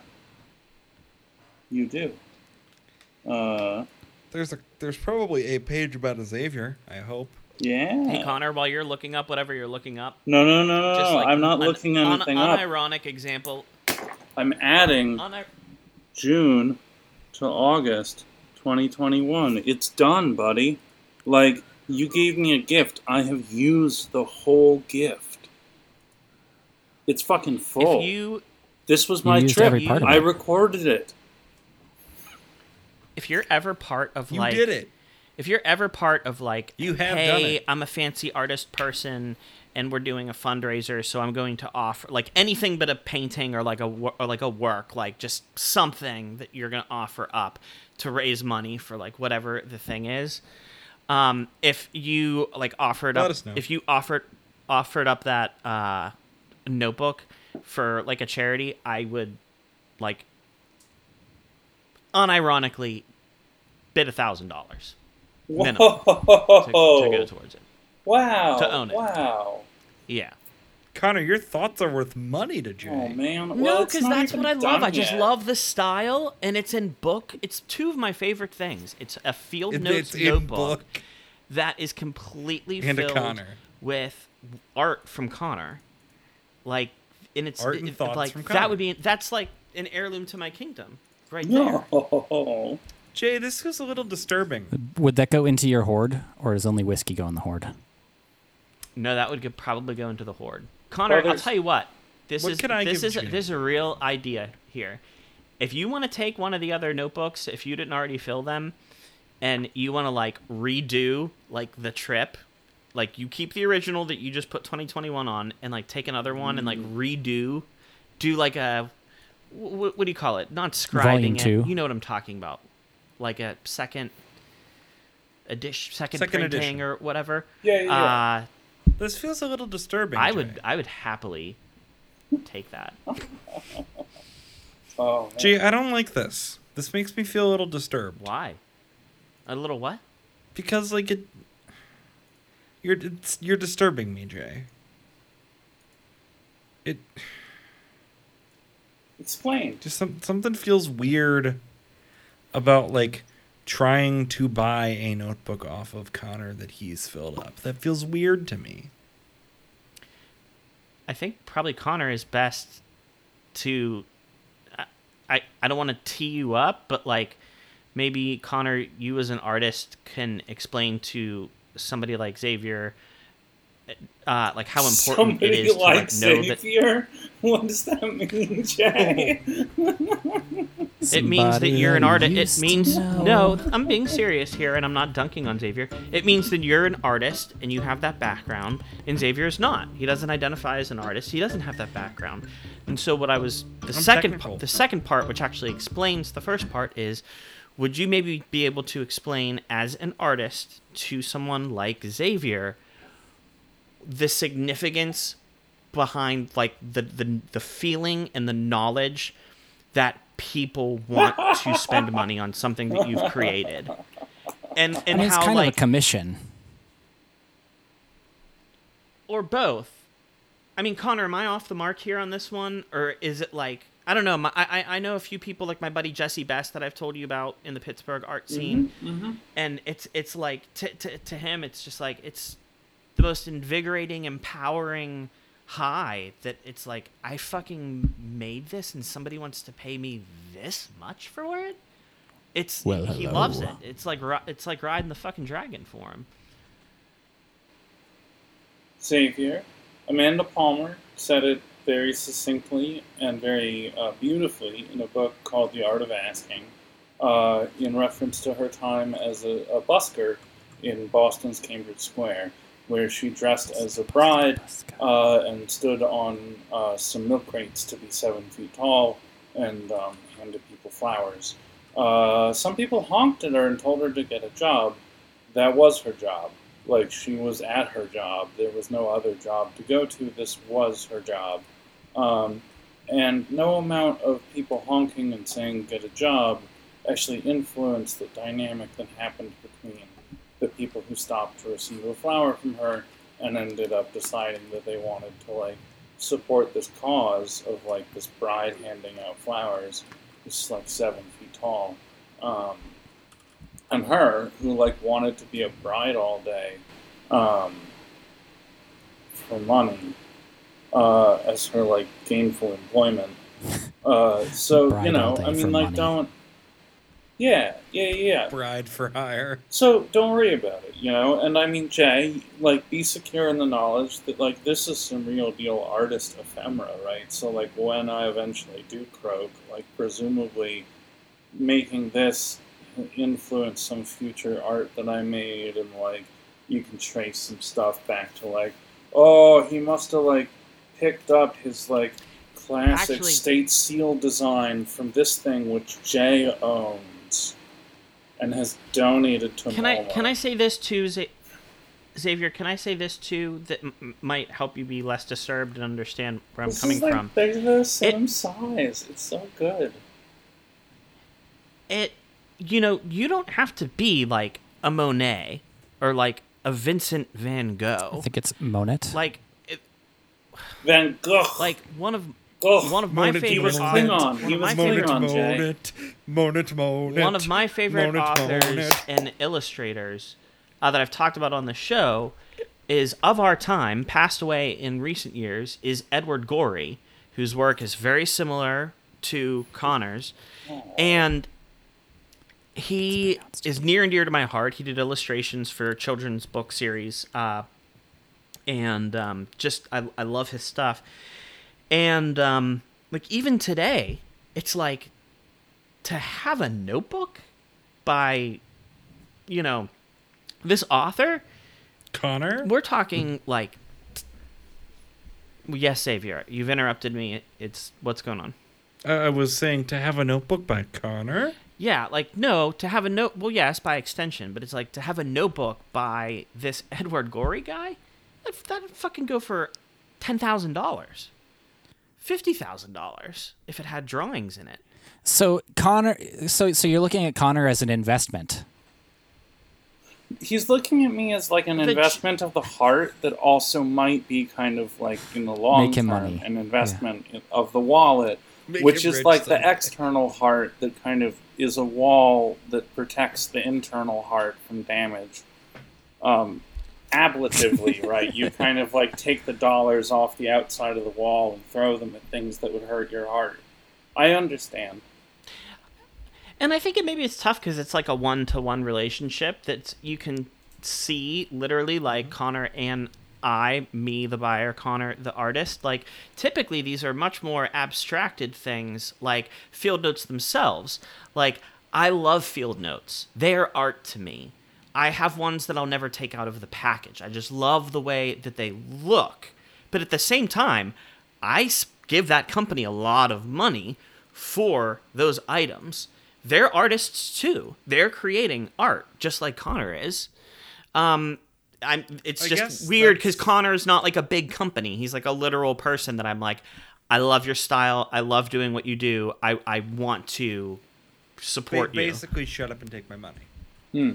D: you do. Uh,
A: There's a there's probably a page about Xavier. I hope.
D: yeah.
B: Hey Connor, while you're looking up whatever you're looking up,
D: no, no, no, no,
B: just
D: no.
B: like
D: I'm not
B: an
D: looking anything
B: un-
D: up.
B: Unironic example.
D: I'm adding
B: Unir-
D: June to August 2021. It's done, buddy. Like you gave me a gift. I have used the whole gift. It's fucking full.
B: if you
D: This was
C: You
D: my
C: used
D: trip.
C: every part of
D: I
C: it.
D: recorded it.
B: if you're ever part of
A: You
B: like
A: did it.
B: if you're ever part of like
A: You have
B: hey
A: done it.
B: i'm a fancy artist person and we're doing a fundraiser so i'm going to offer like anything but a painting or like a wo- or like a work like just something that you're going to offer up to raise money for like whatever the thing is um if you like offered
A: Let
B: up
A: us know.
B: if you offered offered up that uh notebook for like a charity i would like unironically bid a thousand dollars minimum to, to go
D: Whoa!
B: towards it.
D: Wow!
B: to own it.
D: Wow!
B: Yeah.
A: Connor, your thoughts are worth money to Jay.
D: Oh man! Well,
B: no,
D: it's
B: because
D: not
B: that's
D: even
B: what I love.
D: done
B: I just
D: yet.
B: love the style, and it's in book. It's two of my favorite things. It's a field
A: It-
B: notes
A: it's in
B: notebook
A: book.
B: that is completely
A: And a
B: filled
A: Connor.
B: with art from Connor, like, and it's
A: Art and
B: it-
A: thoughts
B: like
A: from Connor.
B: that would be that's like an heirloom to my kingdom, right there.
D: No.
A: Jay, this is a little disturbing.
C: Would that go into your hoard, or does only whiskey go in the hoard?
B: No, that would go- probably go into the horde. Connor, I'll
D: there's-
B: tell you what. This
A: What
B: is
A: can I
B: this
A: give
B: is a,
A: Jimmy?
B: this is a real idea here. if you want to take one of the other notebooks, if you didn't already fill them, and you want to like redo like the trip, like you keep the original that you just put 2021 on, and like take another one and like
D: Mm.
B: redo, do like a wh- wh- what do you call it? Not scribing
C: Volume
B: it.
C: two.
B: You know what I'm talking about? Like a second. Edition, second,
A: Second
B: printing
A: edition.
B: or whatever.
D: Yeah, yeah, yeah.
B: Uh,
A: This feels a little disturbing.
B: I would
A: Jay.
B: I would happily take that.
D: Oh, man.
A: Jay, I don't like this. This makes me feel a little disturbed
B: Why? A little what?
A: because, like, it you're it's, you're disturbing me, Jay. It
D: explain.
A: just some, something feels weird about like trying to buy a notebook off of Connor that he's filled up. That feels weird to me.
B: I think probably Connor is best to. I I, I don't want to tee you up, but like maybe Connor, you as an artist can explain to somebody like Xavier, uh, like how important
D: Somebody
B: it is to
D: like
B: like know that
D: Xavier? What does that mean, Jay?
B: It means that
C: Somebody
B: you're an
C: I
B: artist.
C: used
B: It
C: to
B: means
C: know.
B: no. I'm being serious here, and I'm not dunking on Xavier. It means that you're an artist and you have that background, and Xavier's not. He doesn't identify as an artist. He doesn't have that background. And so, what I was the second
A: technical.
B: part, the second part, which actually explains the first part, is would you maybe be able to explain as an artist to someone like Xavier the significance behind like the the, the feeling and the knowledge that people want to spend money on something that you've created and and
C: I mean, it's
B: how
C: kind
B: like
C: of a commission.
B: or both i mean connor am i off the mark here on this one or is it like i don't know my, I, I- I know a few people like my buddy jesse best that i've told you about in the pittsburgh art scene
D: Mm-hmm,
B: and it's it's like to, to, to him it's just like it's the most invigorating empowering high that it's like i fucking made this and somebody wants to pay me this much for it it's
C: Well,
B: he
C: hello.
B: loves it it's like ri- it's like riding the fucking dragon for him
D: Xavier. Amanda Palmer said it very succinctly and very uh, beautifully in a book called The Art of Asking, uh, in reference to her time as a, a busker in Boston's Cambridge Square, where she dressed as a bride uh, and stood on uh, some milk crates to be seven feet tall and um, handed people flowers. Uh, some people honked at her and told her to get a job. That was her job. Like, she was at her job. There was no other job to go to. This was her job. Um, and no amount of people honking and saying, get a job, actually influenced the dynamic that happened between the people who stopped to receive a flower from her and ended up deciding that they wanted to, like, support this cause of, like, this bride handing out flowers who's, like, seven feet tall. Um, and her, who, like, wanted to be a bride all day um, for money uh, as her, like, gainful employment. Uh, so, you
C: Bride all
D: know,
C: day
D: I
C: for
D: mean, like,
C: money.
D: don't. Yeah, yeah, yeah.
A: Bride for hire.
D: So don't worry about it, you know. And I mean, Jay, like, be secure in the knowledge that like this is some real deal artist ephemera, right? So like, when I eventually do croak, like, presumably, making this influence some future art that I made, and like, you can trace some stuff back to like, oh, he must have like picked up his like classic
B: Actually-
D: state seal design from this thing which Jay owns and has donated to
B: can I can I say this too, Za- Xavier? Can I say this too that m- m- might help you be less disturbed and understand where I'm
D: this
B: coming
D: is like,
B: from?
D: They're the same size. It's so good.
B: It, you know, you don't have to be like a Monet or like a Vincent Van
C: I
B: Gogh.
C: think it's Monet.
B: Like, it,
D: Van Gogh.
B: like one of
D: Gogh.
B: one of my
A: Monet, he
B: favorite
A: was
B: authors.
D: Klingon.
B: one
D: He
B: of
D: was
B: my
D: Klingon.
B: favorite
D: Jay.
A: Monet, Monet, Monet.
B: one of my favorite
A: Monet,
B: authors
A: Monet.
B: and illustrators uh, that I've talked about on the show is of our time, passed away in recent years, is Edward Gorey, whose work is very similar to Connor's. And he is near and dear to my heart. He did illustrations for children's book series. Uh, and um, just, I, I love his stuff. And um, like, even today, it's like to have a notebook by, you know, this author,
A: Connor?
B: we're talking like. Yes, Xavier, you've interrupted me. It's what's going on.
A: I I was saying to have a notebook by Connor.
B: Yeah, like no, to have a note. Well, yes, by extension, but it's like to have a notebook by this Edward Gorey guy. That'd, that'd fucking go for ten thousand dollars, fifty thousand dollars if it had drawings in it.
C: So Connor, so so you're looking at Connor as an investment.
D: He's looking at me as like an
B: The ch-
D: investment of the heart that also might be kind of like in the long
C: Make him
D: term
C: money.
D: an investment of the wallet,
A: Make
D: which
A: him
D: is
A: rich
D: like the
A: someday.
D: external heart that kind of is a wall that protects the internal heart from damage. Um, ablatively, right? You kind of like take the dollars off the outside of the wall and throw them at things that would hurt your heart. I understand.
B: And I think it maybe it's tough because it's like a one to one relationship that you can see literally like Connor and I, me the buyer, Connor the artist. Like typically these are much more abstracted things like field notes themselves. Like I love field notes. They're art to me. I have ones that I'll never take out of the package. I just love the way that they look. But at the same time, I s- give that company a lot of money for those items. They're artists too. They're creating art, just like Connor is. Um, I'm. It's
A: I guess
B: just weird because
A: that's-
B: Connor's not like a big company. He's like a literal person that I'm like, I love your style. I love doing what you do. I I want to
A: Ba-
B: support you.
A: basically, shut up and take my money.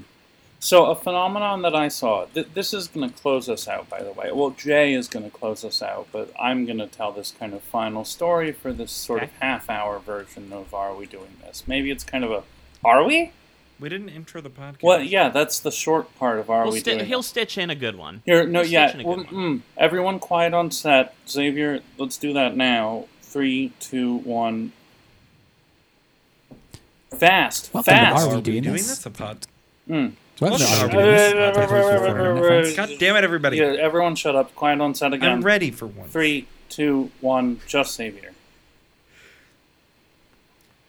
D: So a phenomenon that I saw. Th- this is going to close us out, by the way. Well, Jay is going to close us out, but I'm going to tell this kind of final story for this sort of
B: Okay.
D: half-hour version of "Are We Doing This?" Maybe it's kind of a "Are we?"
A: We didn't intro the podcast.
D: Well, yeah, that's the short part of "Are
B: He'll,
D: We
B: sti-
D: Doing?"
B: he'll
D: This?
B: stitch in a good one.
D: Here, no,
B: he'll
D: yeah.
B: stitch in a
D: well,
B: good
D: mm, everyone, quiet on set. Xavier, let's do that now. Three, two, one. Fast,
C: Welcome to
D: fast.
C: Are We
A: Are we
C: Doing
A: doing
C: This?
A: this? A pod-
C: Well,
A: Well,
C: no,
A: sure.
C: I do this. I'll take this before I make sense.
A: God damn it, everybody!
D: Yeah, everyone, shut up. Quiet on set again.
A: I'm ready for one.
D: Three, two, one, just Xavier.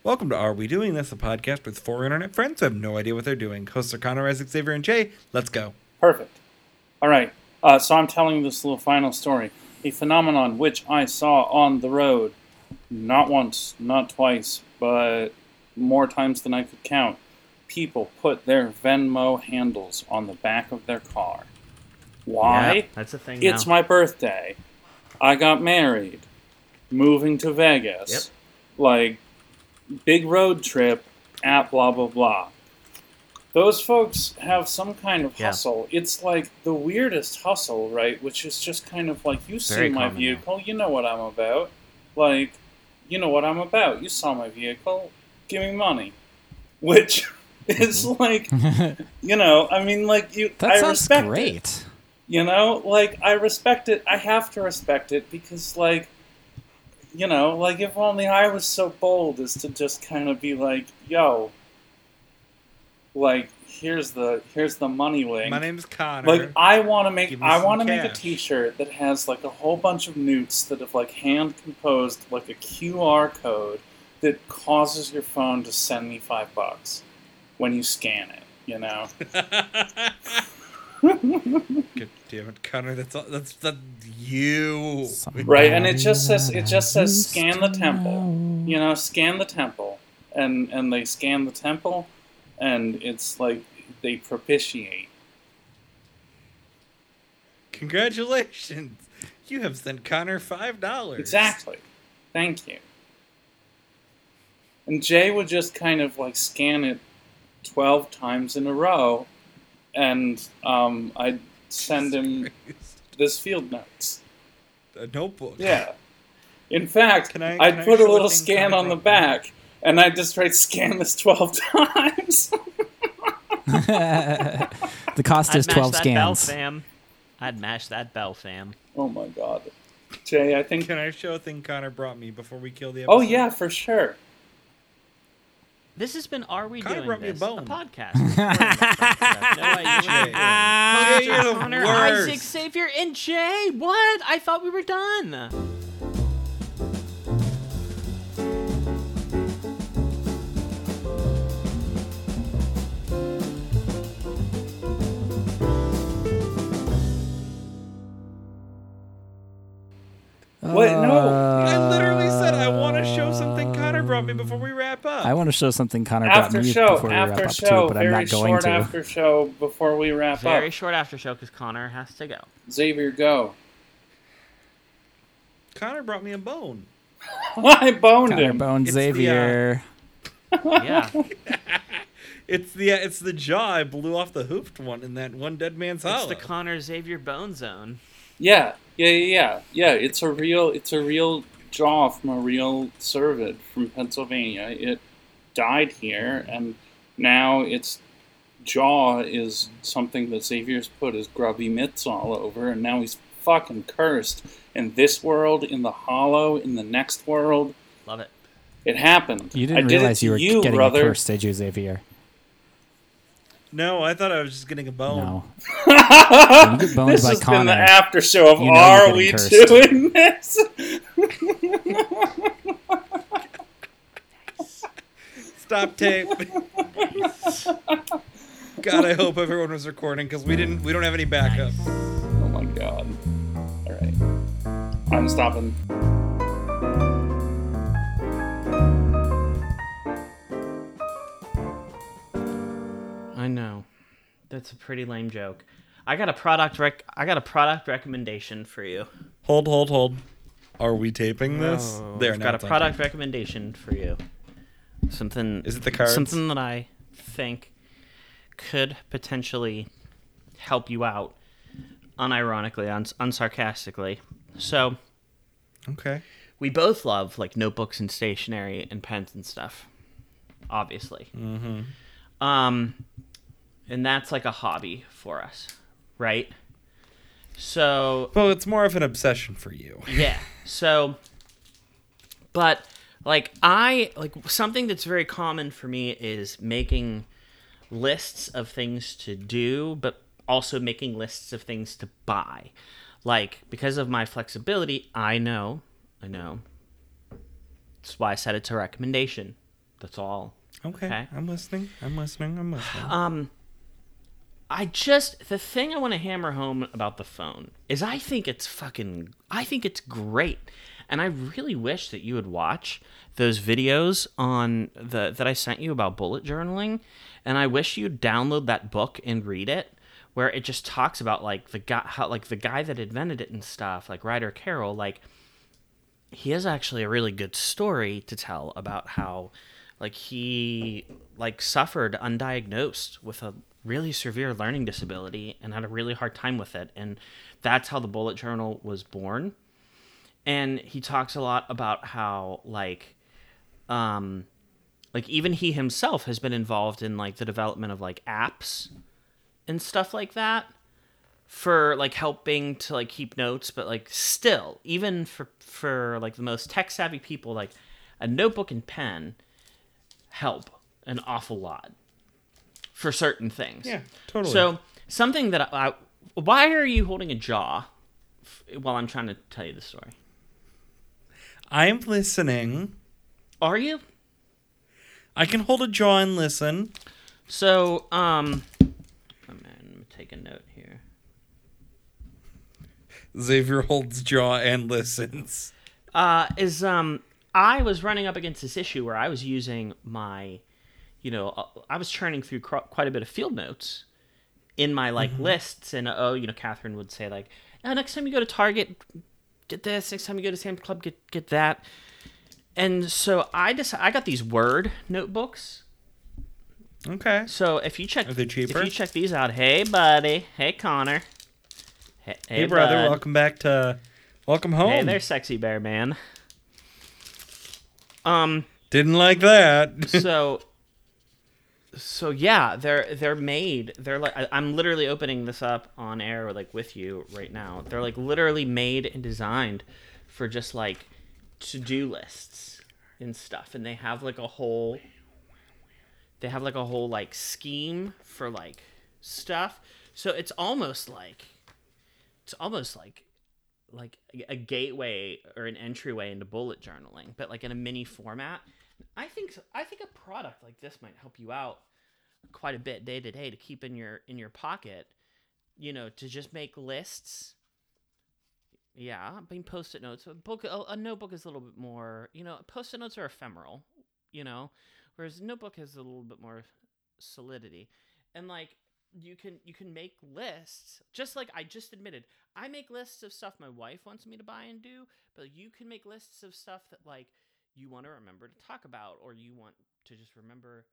A: Welcome to Are We Doing This, a podcast with four internet friends who have no idea what they're doing. Hosts are Connor, Isaac, Xavier, and Jay. Let's go.
D: Perfect. All right. Uh, so I'm telling this little final story. A phenomenon which I saw on the road, not once, not twice, but more times than I could count. People put their Venmo handles on the back of their car.
B: one.
D: Why?
B: Yeah, that's a thing.
D: It's
B: now.
D: my birthday. I got married. Moving to Vegas.
B: Yep.
D: Like, big road trip at blah, blah, blah. Those folks have some kind of
B: Yeah.
D: hustle. It's like the weirdest hustle, right? Which is just kind of like, you see
B: Very
D: my
B: common now.
D: vehicle, you know what I'm about. Like, you know what I'm about. You saw my vehicle, give me money. Which is
B: Mm-hmm.
D: like, you know, I mean, like, you.
C: That
D: I
C: sounds
D: respect it.
C: great.
D: You know, like I respect it. I have to respect it because, like, you know, like if only I was so bold as to just kind of be like, "Yo, like here's the here's the money link."
A: My name's Connor.
D: like I want to make
A: Give me
D: I
A: some
D: want to make a
A: cash.
D: T-shirt that has like a whole bunch of newts that have like hand composed like a QR code that causes your phone to send me five bucks when you scan it. You know.
A: God damn it, Connor! That's all, that's that's you.
D: Right, and it just says it just says scan the temple. You know, scan the temple, and and they scan the temple, and it's like they propitiate.
A: Congratulations, you have sent Connor five dollars.
D: Exactly. Thank you. And Jay would just kind of like scan it twelve times in a row, and um, I'd send him this field notes.
A: A notebook.
D: Yeah. In fact,
A: Can I-
D: I'd
A: can I
D: put a
A: show
D: little
A: a thing
D: scan
A: coming
D: on the
A: from-
D: back, and I'd just write scan this 12 times.
C: the cost
B: I'd
C: is
B: mash
C: 12
B: that bell,
C: scans.
B: fam. I'd mash that bell, fam.
D: oh my god. Jay, I think.
A: Can I show a thing Connor brought me before we kill the episode?
D: Oh, yeah, for sure.
B: This has been Are We
A: Kinda
B: Doing
A: brought me a
B: This?
A: bone.
B: A podcast. no idea what
A: Jay,
B: you're
A: you're
B: doing.
A: the
B: Connor,
A: worst.
B: Isaac, Xavier, and Jay. What? I thought we were done.
D: What? No.
A: I literally said I want to show something Connor brought me before we wrap up.
C: I want to show something Connor
D: After
C: brought me
D: show,
C: before we wrap
D: after
C: up
D: show,
C: too, but I'm
D: very
C: not going
D: short
C: to.
D: after show before we wrap
B: Very
D: up.
B: short after show because Connor has to go.
D: Xavier, go.
A: Connor brought me a bone.
D: I boned
C: Connor
D: him.
C: Bone
A: It's the, uh,
C: Xavier.
B: Yeah.
A: It's the it's the jaw I blew off the hoofed one in that one dead man's
B: It's
A: hollow.
B: the Connor Xavier Bone Zone.
D: Yeah, yeah, yeah, yeah. Yeah, It's a real, it's a real jaw from a real servant from Pennsylvania. It died here, and now its jaw is something that Xavier's put his grubby mitts all over, and now he's fucking cursed in this world, in the hollow, in the next world.
B: Love it.
D: It happened.
C: You
D: I
C: didn't
D: did it
C: realize
D: to
C: you were
D: you,
C: getting
D: brother.
C: a curse, did you, Xavier?
A: no, I thought I was just getting a bone.
C: No. When you get boned
D: this
C: by
D: has been
C: Connor,
D: the after show of
C: you know you're
D: Are
C: getting
D: We
C: cursed.
D: Doing This?
A: Stop tape. God, I hope everyone was recording because we didn't. We don't have any backup.
D: Oh my god. Alright. I'm stopping.
B: I know. That's a pretty lame joke. I got a product rec. I got a product recommendation for you.
A: Hold, hold, hold. Are we taping this?
B: Oh,
A: there,
B: I've
A: now
B: got a
A: it's on
B: product recommendation for you. Something
A: Is it the cards?
B: Something that I think could potentially help you out, unironically, uns- unsarcastically. So
A: tape. Okay.
B: we both love like notebooks and stationery and pens and stuff, obviously. Mm-hmm. Um, and that's like a hobby for us, right? So
A: Well, it's more of an obsession for you.
B: yeah. So, but like I like something that's very common for me is making lists of things to do, but also making lists of things to buy. Like because of my flexibility, I know, I know. That's why I said it's a recommendation. That's all.
A: Okay.
B: Okay. Uh,
A: I'm listening. I'm listening. I'm listening.
B: I just the thing I want to hammer home about the phone is I think it's fucking I think it's great. And I really wish that you would watch those videos on the that I sent you about bullet journaling and I wish you'd download that book and read it where it just talks about like the guy how, like the guy that invented it and stuff like Ryder Carroll like he has actually a really good story to tell about how like he like suffered undiagnosed with a really severe learning disability and had a really hard time with it and that's how the bullet journal was born and he talks a lot about how like um like even he himself has been involved in like the development of like apps and stuff like that for like helping to like keep notes but like still even for for like the most tech savvy people like a notebook and pen help an awful lot for certain things
A: yeah, totally.
B: so something that I, I- why are you holding a jaw f- while i'm trying to tell you the story
A: I'm listening.
B: are you
A: I can hold a jaw and listen.
B: so um oh man, i'm gonna take a note here
A: Xavier holds jaw and listens.
B: uh, is um I was running up against this issue where I was using my, you know, uh, I was churning through cr- quite a bit of field notes in my like lists, and oh, you know, Catherine would say like, oh, next time you go to Target, get this. Next time you go to Sam's Club, get get that. And so I just I got these Word notebooks.
A: Okay.
B: So if you check
A: Are they cheaper?
B: if you check these out, hey buddy, hey Connor, hey,
A: Hey, brother,
B: bud.
A: welcome back to Welcome Home.
B: Hey there, sexy bear man. Um.
A: Didn't like that.
B: so so yeah they're they're made they're like I, i'm literally opening this up on air like with you right now they're like literally made and designed for just like to-do lists and stuff and they have like a whole they have like a whole like scheme for like stuff so it's almost like it's almost like like a gateway or an entryway into bullet journaling but like in a mini format i think i think a product like this might help you out quite a bit day to day to keep in your in your pocket you know to just make lists Yeah, I mean post-it notes. A book, a, a notebook is a little bit more. You know, post-it notes are ephemeral. You know, whereas notebook has a little bit more solidity, and like you can you can make lists. Just like I just admitted, I make lists of stuff my wife wants me to buy and do, but you can make lists of stuff that like you want to remember to talk about, or you want to just remember